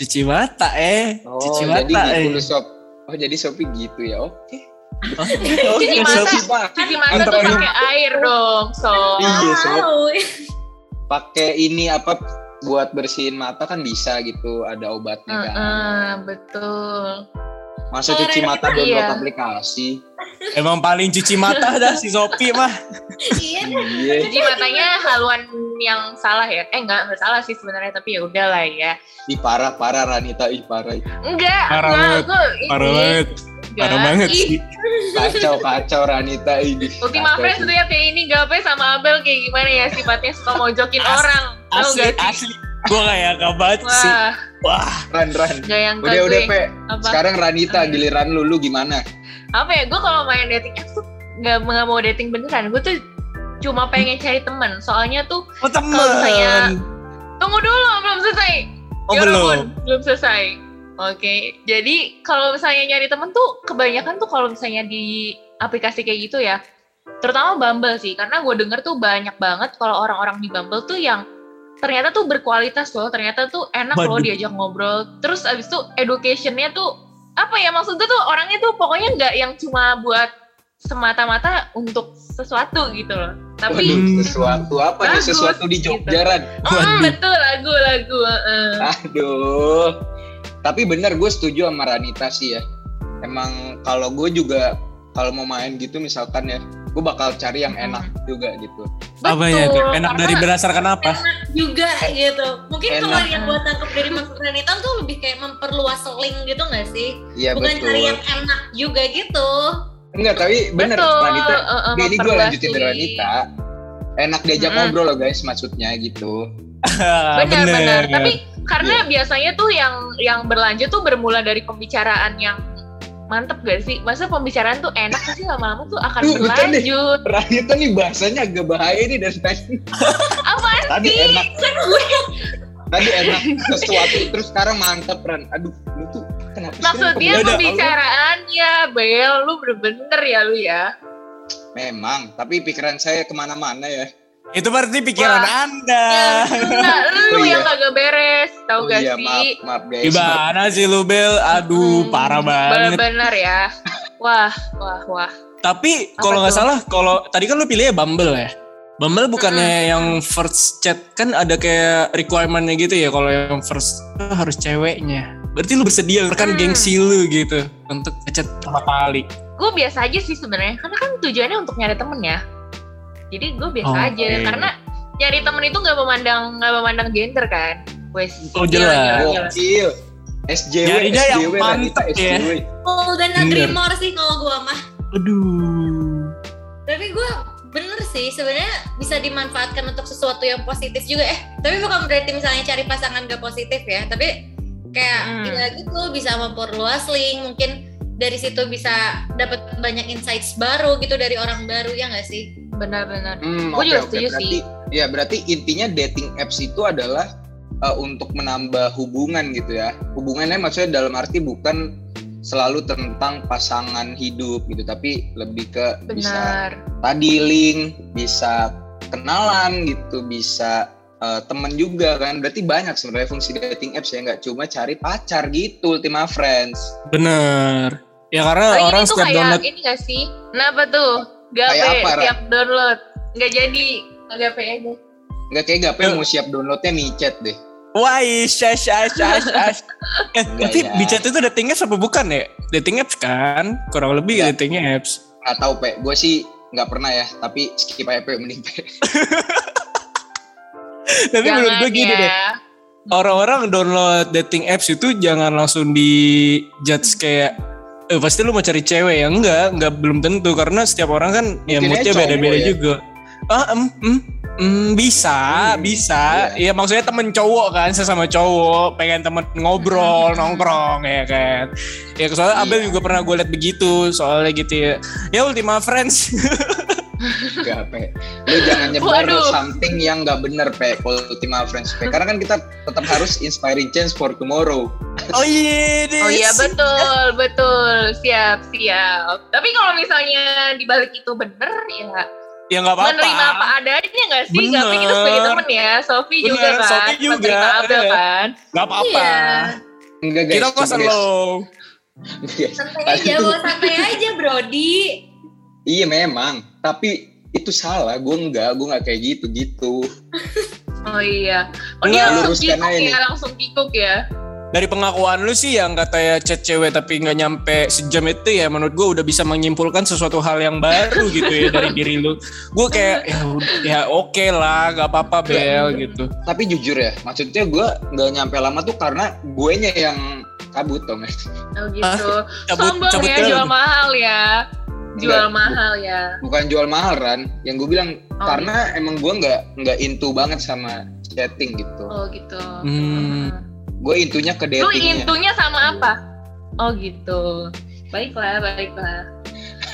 [SPEAKER 1] Cuci mata eh, cuci mata
[SPEAKER 5] Oh, jadi
[SPEAKER 1] eh.
[SPEAKER 5] gitu lu Shop. Oh jadi Shopee gitu ya, oke.
[SPEAKER 1] Oh,
[SPEAKER 2] Cuci
[SPEAKER 1] oke,
[SPEAKER 2] mata.
[SPEAKER 1] Sofi.
[SPEAKER 5] Shopee Pak.
[SPEAKER 2] Cuci mata tuh
[SPEAKER 5] Antronim.
[SPEAKER 2] Kan pakai air dong, so.
[SPEAKER 5] Iya Shop.
[SPEAKER 4] Wow.
[SPEAKER 5] Pakai ini apa buat bersihin mata kan bisa gitu, ada obatnya kan.
[SPEAKER 2] Heeh, betul.
[SPEAKER 5] Masa
[SPEAKER 4] Kalau
[SPEAKER 5] cuci
[SPEAKER 4] dari
[SPEAKER 5] mata buat
[SPEAKER 2] iya.
[SPEAKER 5] buat aplikasi.
[SPEAKER 1] Emang paling cuci mata dah si Sopi mah.
[SPEAKER 4] Iya
[SPEAKER 5] Iya.
[SPEAKER 2] Jadi matanya haluan yang salah ya? Eh enggak, enggak salah sih sebenarnya tapi ya udah lah ya.
[SPEAKER 5] Ih parah parah Ranita, ih parah. Ih,
[SPEAKER 2] Enggak,
[SPEAKER 1] Parah
[SPEAKER 2] enggak,
[SPEAKER 1] banget,
[SPEAKER 2] gua ini,
[SPEAKER 1] Parah banget,
[SPEAKER 2] enggak.
[SPEAKER 1] parah banget
[SPEAKER 2] Ih,
[SPEAKER 1] sih.
[SPEAKER 5] Kacau kacau Ranita ini.
[SPEAKER 2] Ultima Friends lihat ya ini gape sama Abel kayak gimana ya sifatnya suka mojokin
[SPEAKER 1] As-
[SPEAKER 2] orang. Tahu
[SPEAKER 1] Asli,
[SPEAKER 2] gak sih?
[SPEAKER 1] asli. Gua kayak kabat sih.
[SPEAKER 2] Wah,
[SPEAKER 1] Wah,
[SPEAKER 5] Ran Ran.
[SPEAKER 2] gak yang
[SPEAKER 5] Udah udah
[SPEAKER 2] gue.
[SPEAKER 5] Pe.
[SPEAKER 2] Apa?
[SPEAKER 5] Sekarang Ranita giliran lu lu gimana?
[SPEAKER 2] Apa ya? Gue kalau main dating apps tuh nggak nggak mau dating beneran. Gue tuh cuma pengen cari temen. Soalnya tuh
[SPEAKER 1] oh, temen.
[SPEAKER 2] Kalau saya- tunggu dulu belum selesai.
[SPEAKER 1] Oh,
[SPEAKER 2] Ya ampun,
[SPEAKER 1] belum.
[SPEAKER 2] belum selesai. Oke, jadi kalau misalnya nyari temen tuh kebanyakan tuh kalau misalnya di aplikasi kayak gitu ya, terutama Bumble sih, karena gue denger tuh banyak banget kalau orang-orang di Bumble tuh yang ternyata tuh berkualitas loh, ternyata tuh enak
[SPEAKER 1] Waduh.
[SPEAKER 2] loh diajak ngobrol. Terus abis itu educationnya tuh apa ya maksudnya tuh orangnya tuh pokoknya nggak yang cuma buat semata-mata untuk sesuatu gitu loh. Tapi
[SPEAKER 5] Waduh, sesuatu apa nih
[SPEAKER 2] Bagus,
[SPEAKER 5] sesuatu di Jogja
[SPEAKER 2] gitu.
[SPEAKER 5] Ran?
[SPEAKER 2] Mm,
[SPEAKER 1] Waduh.
[SPEAKER 2] betul lagu-lagu. heeh.
[SPEAKER 5] Aduh. Tapi bener gue setuju sama Ranita sih ya. Emang kalau gue juga kalau mau main gitu misalkan ya, gue bakal cari yang enak
[SPEAKER 2] Hmm.
[SPEAKER 5] juga gitu.
[SPEAKER 1] Apa ya?
[SPEAKER 2] Ah, Betul,
[SPEAKER 1] Enak dari
[SPEAKER 2] karena-
[SPEAKER 1] berdasarkan apa?
[SPEAKER 4] enak juga gitu. Mungkin kalau
[SPEAKER 5] Enak.
[SPEAKER 4] yang gue tangkap dari Mas Pranita tuh lebih kayak memperluas link gitu gak sih?
[SPEAKER 5] Iya
[SPEAKER 4] Bukan
[SPEAKER 5] betul.
[SPEAKER 4] cari yang enak juga gitu.
[SPEAKER 5] Enggak, tapi bener
[SPEAKER 2] Betul,
[SPEAKER 5] Ranita.
[SPEAKER 2] heeh,
[SPEAKER 5] Ini gue
[SPEAKER 2] memperluas Hmm.
[SPEAKER 5] lanjutin dari
[SPEAKER 2] diri.
[SPEAKER 5] Ranita. Enak diajak
[SPEAKER 2] Mm-mm.
[SPEAKER 5] ngobrol loh guys maksudnya gitu.
[SPEAKER 2] Benar, benar.
[SPEAKER 5] Iya.
[SPEAKER 2] Tapi karena biasanya tuh yang yang berlanjut tuh bermula dari pembicaraan yang mantep gak sih? Masa pembicaraan tuh enak sih lama-lama tuh akan
[SPEAKER 5] Tuh, betul deh.
[SPEAKER 2] berlanjut.
[SPEAKER 5] Radita nih bahasanya agak bahaya nih dari tadi.
[SPEAKER 2] Apaan
[SPEAKER 5] Tadi
[SPEAKER 2] sih?
[SPEAKER 5] enak.
[SPEAKER 2] Kan gue
[SPEAKER 5] Tadi enak sesuatu terus sekarang mantap Ran. Aduh, lu tuh kenapa sih? Ran?
[SPEAKER 2] maksudnya
[SPEAKER 1] Udah, udah.
[SPEAKER 2] pembicaraannya, Bel, lu bener-bener ya lu ya.
[SPEAKER 5] Memang, tapi pikiran saya kemana-mana ya.
[SPEAKER 1] Itu berarti pikiran
[SPEAKER 2] Wah.
[SPEAKER 1] Anda.
[SPEAKER 2] Nah, lu
[SPEAKER 5] Oh, iya.
[SPEAKER 2] yang kagak beres, tau
[SPEAKER 5] Oh
[SPEAKER 2] gak
[SPEAKER 5] iya,
[SPEAKER 2] sih?
[SPEAKER 5] maaf, maaf guys. Maaf.
[SPEAKER 1] Gimana sih lu Bel? Aduh,
[SPEAKER 2] Hmm,
[SPEAKER 1] parah banget.
[SPEAKER 2] Bener-bener ya. Wah, wah, wah.
[SPEAKER 1] Tapi
[SPEAKER 2] Apa
[SPEAKER 1] kalau nggak
[SPEAKER 2] tuh?
[SPEAKER 1] salah, kalau tadi kan lu pilihnya Bumble ya. Bumble bukannya yang first chat kan ada kayak requirement-nya gitu ya kalau yang first "Oh, harus ceweknya. Berarti lu bersedia kan
[SPEAKER 2] Hmm.
[SPEAKER 1] gengsi lu gitu untuk chat pertama kali.
[SPEAKER 2] Gue biasa aja sih sebenarnya, karena kan tujuannya untuk nyari temen ya. Jadi gue biasa
[SPEAKER 1] Oh,
[SPEAKER 2] aja,
[SPEAKER 1] oke.
[SPEAKER 2] karena nyari temen itu gak memandang nggak memandang gender kan. Wes, iya,
[SPEAKER 1] Oh,
[SPEAKER 2] gila,
[SPEAKER 1] jelas.
[SPEAKER 2] gila, gila.
[SPEAKER 5] Gokil. SJW,
[SPEAKER 1] Nyarinya yang
[SPEAKER 5] SJW, Radita,
[SPEAKER 1] mantep ya.
[SPEAKER 5] SJW.
[SPEAKER 4] Golden
[SPEAKER 1] Bener.
[SPEAKER 4] Agrimore sih kalau gua mah.
[SPEAKER 1] Aduh.
[SPEAKER 4] Tapi gua bener sih sebenarnya bisa dimanfaatkan untuk sesuatu yang positif juga eh. Tapi bukan berarti misalnya cari pasangan gak positif ya. Tapi kayak
[SPEAKER 2] Hmm.
[SPEAKER 4] ya gitu bisa memperluas link mungkin dari situ bisa dapat banyak insights baru gitu dari orang baru ya nggak sih?
[SPEAKER 2] Benar-benar.
[SPEAKER 5] Hmm,
[SPEAKER 2] Gua
[SPEAKER 5] oke,
[SPEAKER 2] juga
[SPEAKER 5] oke.
[SPEAKER 2] setuju
[SPEAKER 5] berarti,
[SPEAKER 2] sih.
[SPEAKER 5] Ya, berarti intinya dating apps itu adalah uh, untuk menambah hubungan gitu ya. Hubungannya maksudnya dalam arti bukan selalu tentang pasangan hidup gitu, tapi lebih ke bisa
[SPEAKER 2] Benar.
[SPEAKER 5] tadi link, bisa kenalan gitu, bisa uh, temen juga kan. Berarti banyak sebenarnya fungsi dating apps ya, nggak cuma cari pacar gitu, Ultima Friends.
[SPEAKER 1] Bener. Ya karena
[SPEAKER 2] Oh,
[SPEAKER 1] orang
[SPEAKER 2] ini tuh
[SPEAKER 1] suka
[SPEAKER 2] kayak
[SPEAKER 1] download
[SPEAKER 2] ini gak sih? Kenapa tuh? Gape,
[SPEAKER 5] Kayak apa, Ra?
[SPEAKER 2] tiap download. Gak jadi, gape aja.
[SPEAKER 5] Nggak kayak gape
[SPEAKER 1] Tuh.
[SPEAKER 5] mau siap downloadnya micet deh.
[SPEAKER 1] Wah,
[SPEAKER 2] iya,
[SPEAKER 1] syash, syash, syash, syash. Eh,
[SPEAKER 5] Enggak
[SPEAKER 1] tapi
[SPEAKER 5] ya.
[SPEAKER 1] bicara itu dating apps apa bukan ya? Dating apps kan? Kurang lebih
[SPEAKER 2] Iya.
[SPEAKER 5] Enggak.
[SPEAKER 1] dating apps.
[SPEAKER 5] Nggak tahu pe, gue sih nggak pernah ya, tapi skip aja pe mending pe.
[SPEAKER 1] Tapi
[SPEAKER 2] Jangan
[SPEAKER 1] menurut gue gini
[SPEAKER 2] ya.
[SPEAKER 1] deh. Orang-orang download dating apps itu jangan langsung di judge kayak eh, pasti lu mau cari cewek ya enggak, enggak belum tentu karena setiap orang kan ya
[SPEAKER 5] Mungkin
[SPEAKER 1] moodnya
[SPEAKER 5] aja cowok
[SPEAKER 1] beda-beda
[SPEAKER 5] ya.
[SPEAKER 1] juga. Ah, em, em, em, bisa,
[SPEAKER 5] Hmm,
[SPEAKER 1] bisa. Ya maksudnya temen cowok kan, sesama cowok, pengen temen ngobrol, nongkrong ya kan. Ya soalnya
[SPEAKER 5] Iya.
[SPEAKER 1] Abel juga pernah gue liat begitu, soalnya gitu ya. Ya Ultima Friends.
[SPEAKER 5] Nggak pe. Lu jangan nyebar
[SPEAKER 2] Waduh.
[SPEAKER 5] something yang nggak bener pe, Ultima Friends pe. Karena kan kita tetap harus inspiring change for tomorrow.
[SPEAKER 1] oh iya.
[SPEAKER 2] Oh iya
[SPEAKER 1] this.
[SPEAKER 2] betul, betul. Siap, siap. Tapi kalau misalnya dibalik itu bener ya
[SPEAKER 1] Ya enggak apa-apa.
[SPEAKER 2] menerima apa adanya gak sih? Gak
[SPEAKER 1] Bener.
[SPEAKER 2] kita sebagai temen ya. Sofi
[SPEAKER 1] Bener,
[SPEAKER 2] juga kan.
[SPEAKER 1] Sofi juga.
[SPEAKER 2] Menerima Abel
[SPEAKER 1] Iya.
[SPEAKER 2] kan.
[SPEAKER 1] Enggak apa-apa.
[SPEAKER 4] Iya.
[SPEAKER 5] Enggak guys.
[SPEAKER 1] Kita kok
[SPEAKER 5] coba, guys. Iya,
[SPEAKER 1] slow.
[SPEAKER 5] Guys.
[SPEAKER 4] Santai
[SPEAKER 5] Tadi
[SPEAKER 4] aja,
[SPEAKER 5] tuh-
[SPEAKER 4] bawa santai aja, Brody.
[SPEAKER 5] Iya memang, tapi itu salah. Gue nggak, gue nggak kayak gitu gitu.
[SPEAKER 2] Oh iya. Oh
[SPEAKER 1] Lu
[SPEAKER 2] dia langsung
[SPEAKER 5] luruskan
[SPEAKER 2] kikuk
[SPEAKER 5] aja
[SPEAKER 2] ya,
[SPEAKER 5] nih.
[SPEAKER 2] langsung kikuk ya.
[SPEAKER 1] dari pengakuan lu sih yang katanya chat cewek tapi nggak nyampe sejam itu ya menurut gue udah bisa menyimpulkan sesuatu hal yang baru gitu ya dari diri lu gue kayak ya, ud- ya oke lah nggak apa-apa
[SPEAKER 2] Iya.
[SPEAKER 1] bel gitu
[SPEAKER 5] Tapi jujur ya, maksudnya gue nggak nyampe lama tuh karena guenya yang kabut dong.
[SPEAKER 2] Oh gitu.
[SPEAKER 1] Ah, cabut
[SPEAKER 2] Sombong
[SPEAKER 1] cabut
[SPEAKER 2] ya,
[SPEAKER 1] dulu.
[SPEAKER 2] jual mahal ya. Jual
[SPEAKER 5] Enggak,
[SPEAKER 2] mahal ya.
[SPEAKER 5] Bukan jual mahal Ran, yang gue bilang
[SPEAKER 2] Oh.
[SPEAKER 5] karena emang gue nggak nggak into banget sama chatting gitu.
[SPEAKER 2] Oh gitu.
[SPEAKER 1] Hmm.
[SPEAKER 5] Gue intunya ke
[SPEAKER 1] Iya,
[SPEAKER 2] Lu
[SPEAKER 5] datingnya.
[SPEAKER 2] intunya sama apa? Oh gitu. Baiklah, baiklah.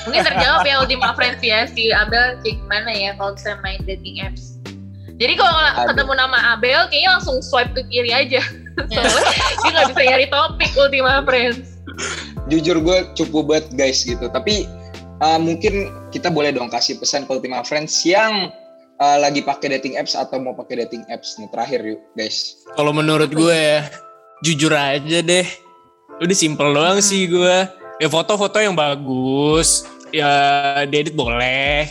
[SPEAKER 2] Mungkin terjawab ya Ultima Friends ya si Abel kayak gimana ya kalau bisa main dating apps. Jadi kalau la-
[SPEAKER 5] Aduh.
[SPEAKER 2] ketemu nama Abel kayaknya langsung swipe ke kiri aja. Soalnya dia nggak bisa nyari topik Ultima Friends.
[SPEAKER 5] Jujur gue cupu banget guys gitu. Tapi uh, mungkin kita boleh dong kasih pesan ke Ultima Friends yang uh, lagi pakai dating apps atau mau pakai dating apps nih terakhir yuk guys.
[SPEAKER 1] kalau menurut gue ya jujur aja deh udah simple doang sih
[SPEAKER 2] Hmm.
[SPEAKER 1] gue ya foto-foto yang bagus ya diedit boleh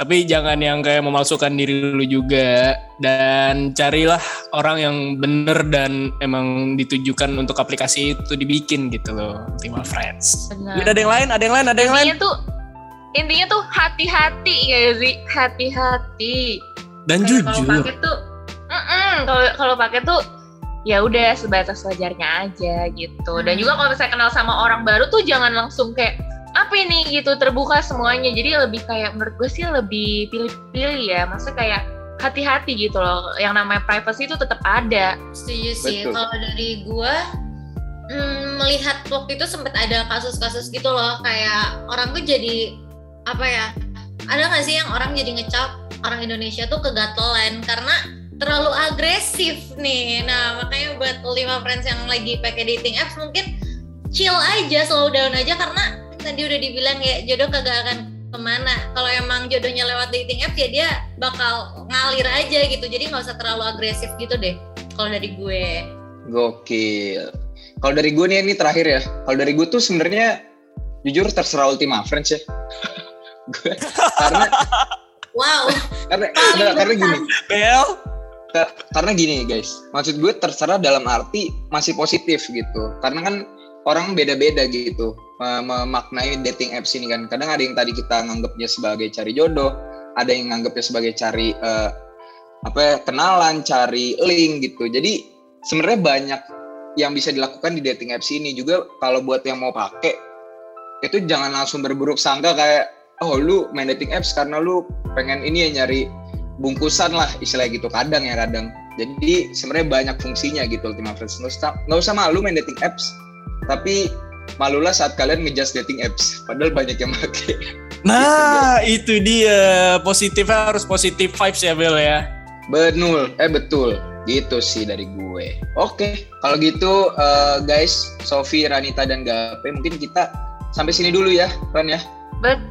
[SPEAKER 1] tapi jangan yang kayak memalsukan diri lu juga dan carilah orang yang bener dan emang ditujukan untuk aplikasi itu dibikin gitu loh Ultima Friends
[SPEAKER 2] Benar.
[SPEAKER 1] udah ada yang lain ada yang lain ada yang lain
[SPEAKER 2] Intinya tuh intinya tuh hati-hati ya sih hati-hati
[SPEAKER 1] dan
[SPEAKER 2] Kayak kalau
[SPEAKER 1] jujur
[SPEAKER 2] pakai tuh mm-mm, kalau kalau pakai tuh ya udah sebatas wajarnya aja gitu dan
[SPEAKER 1] Hmm.
[SPEAKER 2] juga kalau misalnya kenal sama orang baru tuh jangan langsung kayak apa ini gitu terbuka semuanya jadi lebih kayak menurut gue sih lebih pilih-pilih ya maksudnya kayak hati-hati gitu loh yang namanya privacy itu tetap ada
[SPEAKER 4] Setuju sih.
[SPEAKER 5] Betul.
[SPEAKER 4] Kalau dari gua, mm, melihat waktu itu sempat ada kasus-kasus gitu loh kayak orang tuh jadi apa ya ada nggak sih yang orang jadi ngecap orang Indonesia tuh kegatelan karena terlalu agresif nih nah makanya buat lima friends yang lagi pakai dating apps mungkin chill aja slow down aja karena tadi udah dibilang ya jodoh kagak akan kemana kalau emang jodohnya lewat dating apps ya dia bakal ngalir aja gitu jadi nggak usah terlalu agresif gitu deh kalau dari gue
[SPEAKER 5] Gokil. Kalau dari gue nih ini terakhir ya. Kalau dari gue tuh sebenarnya jujur terserah Ultima Friends ya. Gue- karena
[SPEAKER 4] wow
[SPEAKER 5] karena enggak, karena gini,
[SPEAKER 1] Bel,
[SPEAKER 5] Ka- karena gini guys. Maksud gue terserah dalam arti masih positif gitu. Karena kan orang beda-beda gitu me- memaknai dating apps ini kan. Kadang ada yang tadi kita nganggapnya sebagai cari jodoh, ada yang nganggapnya sebagai cari eh, apa ya, kenalan, cari link gitu. Jadi sebenarnya banyak yang bisa dilakukan di dating apps ini juga kalau buat yang mau pakai itu jangan langsung berburuk sangka kayak oh lu main dating apps karena lu pengen ini ya nyari bungkusan lah istilahnya gitu kadang ya kadang jadi sebenarnya banyak fungsinya gitu Ultima Friends nggak usah, nggak usah malu main dating apps tapi malulah saat kalian ngejudge dating apps padahal banyak yang pakai
[SPEAKER 2] Iya,
[SPEAKER 1] Nah, itu dia. Positifnya harus positif vibes ya, Bel ya.
[SPEAKER 5] Benul, eh betul. Gitu sih dari gue. Oke, kalau gitu eh, guys, Sofi, Ranita dan Gape mungkin kita sampai sini dulu ya, Ran ya.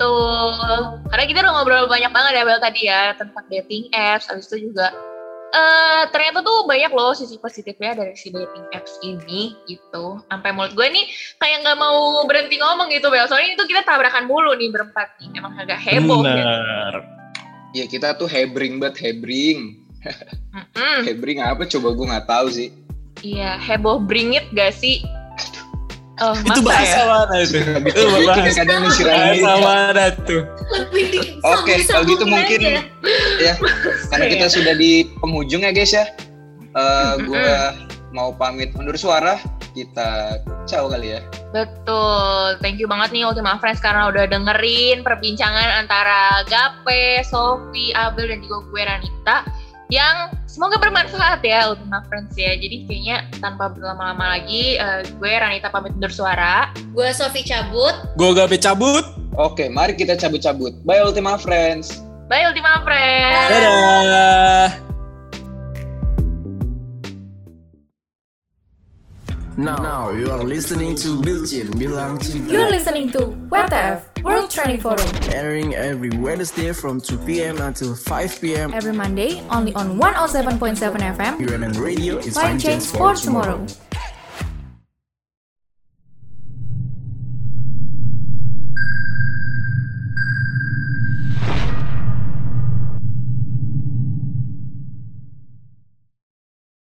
[SPEAKER 2] Betul. Karena kita udah ngobrol banyak banget ya Bel tadi ya tentang dating apps, habis itu juga eh ternyata tuh banyak loh sisi positifnya dari si dating apps ini gitu. Sampai mulut gue nih kayak nggak mau berhenti ngomong gitu Bel. Soalnya itu kita tabrakan mulu nih berempat nih. Emang agak heboh. Gitu.
[SPEAKER 1] Bener.
[SPEAKER 5] Ya kita tuh hebring banget, hebring.
[SPEAKER 2] Mm-mm.
[SPEAKER 5] Hebring apa coba gue nggak tahu sih.
[SPEAKER 2] Iya, heboh bringit gak sih? Oh,
[SPEAKER 1] Itu bahasa
[SPEAKER 2] masa
[SPEAKER 1] mana itu? Itu bahasa
[SPEAKER 5] Kadang-kadang si
[SPEAKER 1] bahasa
[SPEAKER 5] Ranita.
[SPEAKER 1] mana tuh?
[SPEAKER 4] lebih di
[SPEAKER 5] Oke, kalau gitu
[SPEAKER 4] sambung-sambungin
[SPEAKER 5] mungkin
[SPEAKER 4] aja.
[SPEAKER 5] ya, karena
[SPEAKER 2] Iya,
[SPEAKER 5] kita sudah di penghujung ya guys ya. Eh, gue mau pamit undur suara. Kita ciao kali ya.
[SPEAKER 2] Betul. Thank you banget nih Ultima Friends karena udah dengerin perbincangan antara Gape, Sofi, Abel dan juga gue Ranita yang semoga bermanfaat ya Ultima Friends ya. Jadi kayaknya tanpa berlama-lama lagi eh, gue Ranita pamit undur suara.
[SPEAKER 4] gue Sofi cabut
[SPEAKER 1] Gue gabe cabut.
[SPEAKER 5] Oke, mari kita cabut-cabut. Bye Ultima Friends.
[SPEAKER 2] Bye Ultima Friends.
[SPEAKER 1] Dadah.
[SPEAKER 6] Now, you are listening to Bilcin Bilang
[SPEAKER 7] You're
[SPEAKER 6] Cinta
[SPEAKER 7] listening to WTF World Training Forum
[SPEAKER 6] airing every Wednesday from 2 p.m. until 5 p.m.
[SPEAKER 7] oh every Monday only on 107.7 FM.
[SPEAKER 6] UNN Radio is
[SPEAKER 7] Find change for tomorrow.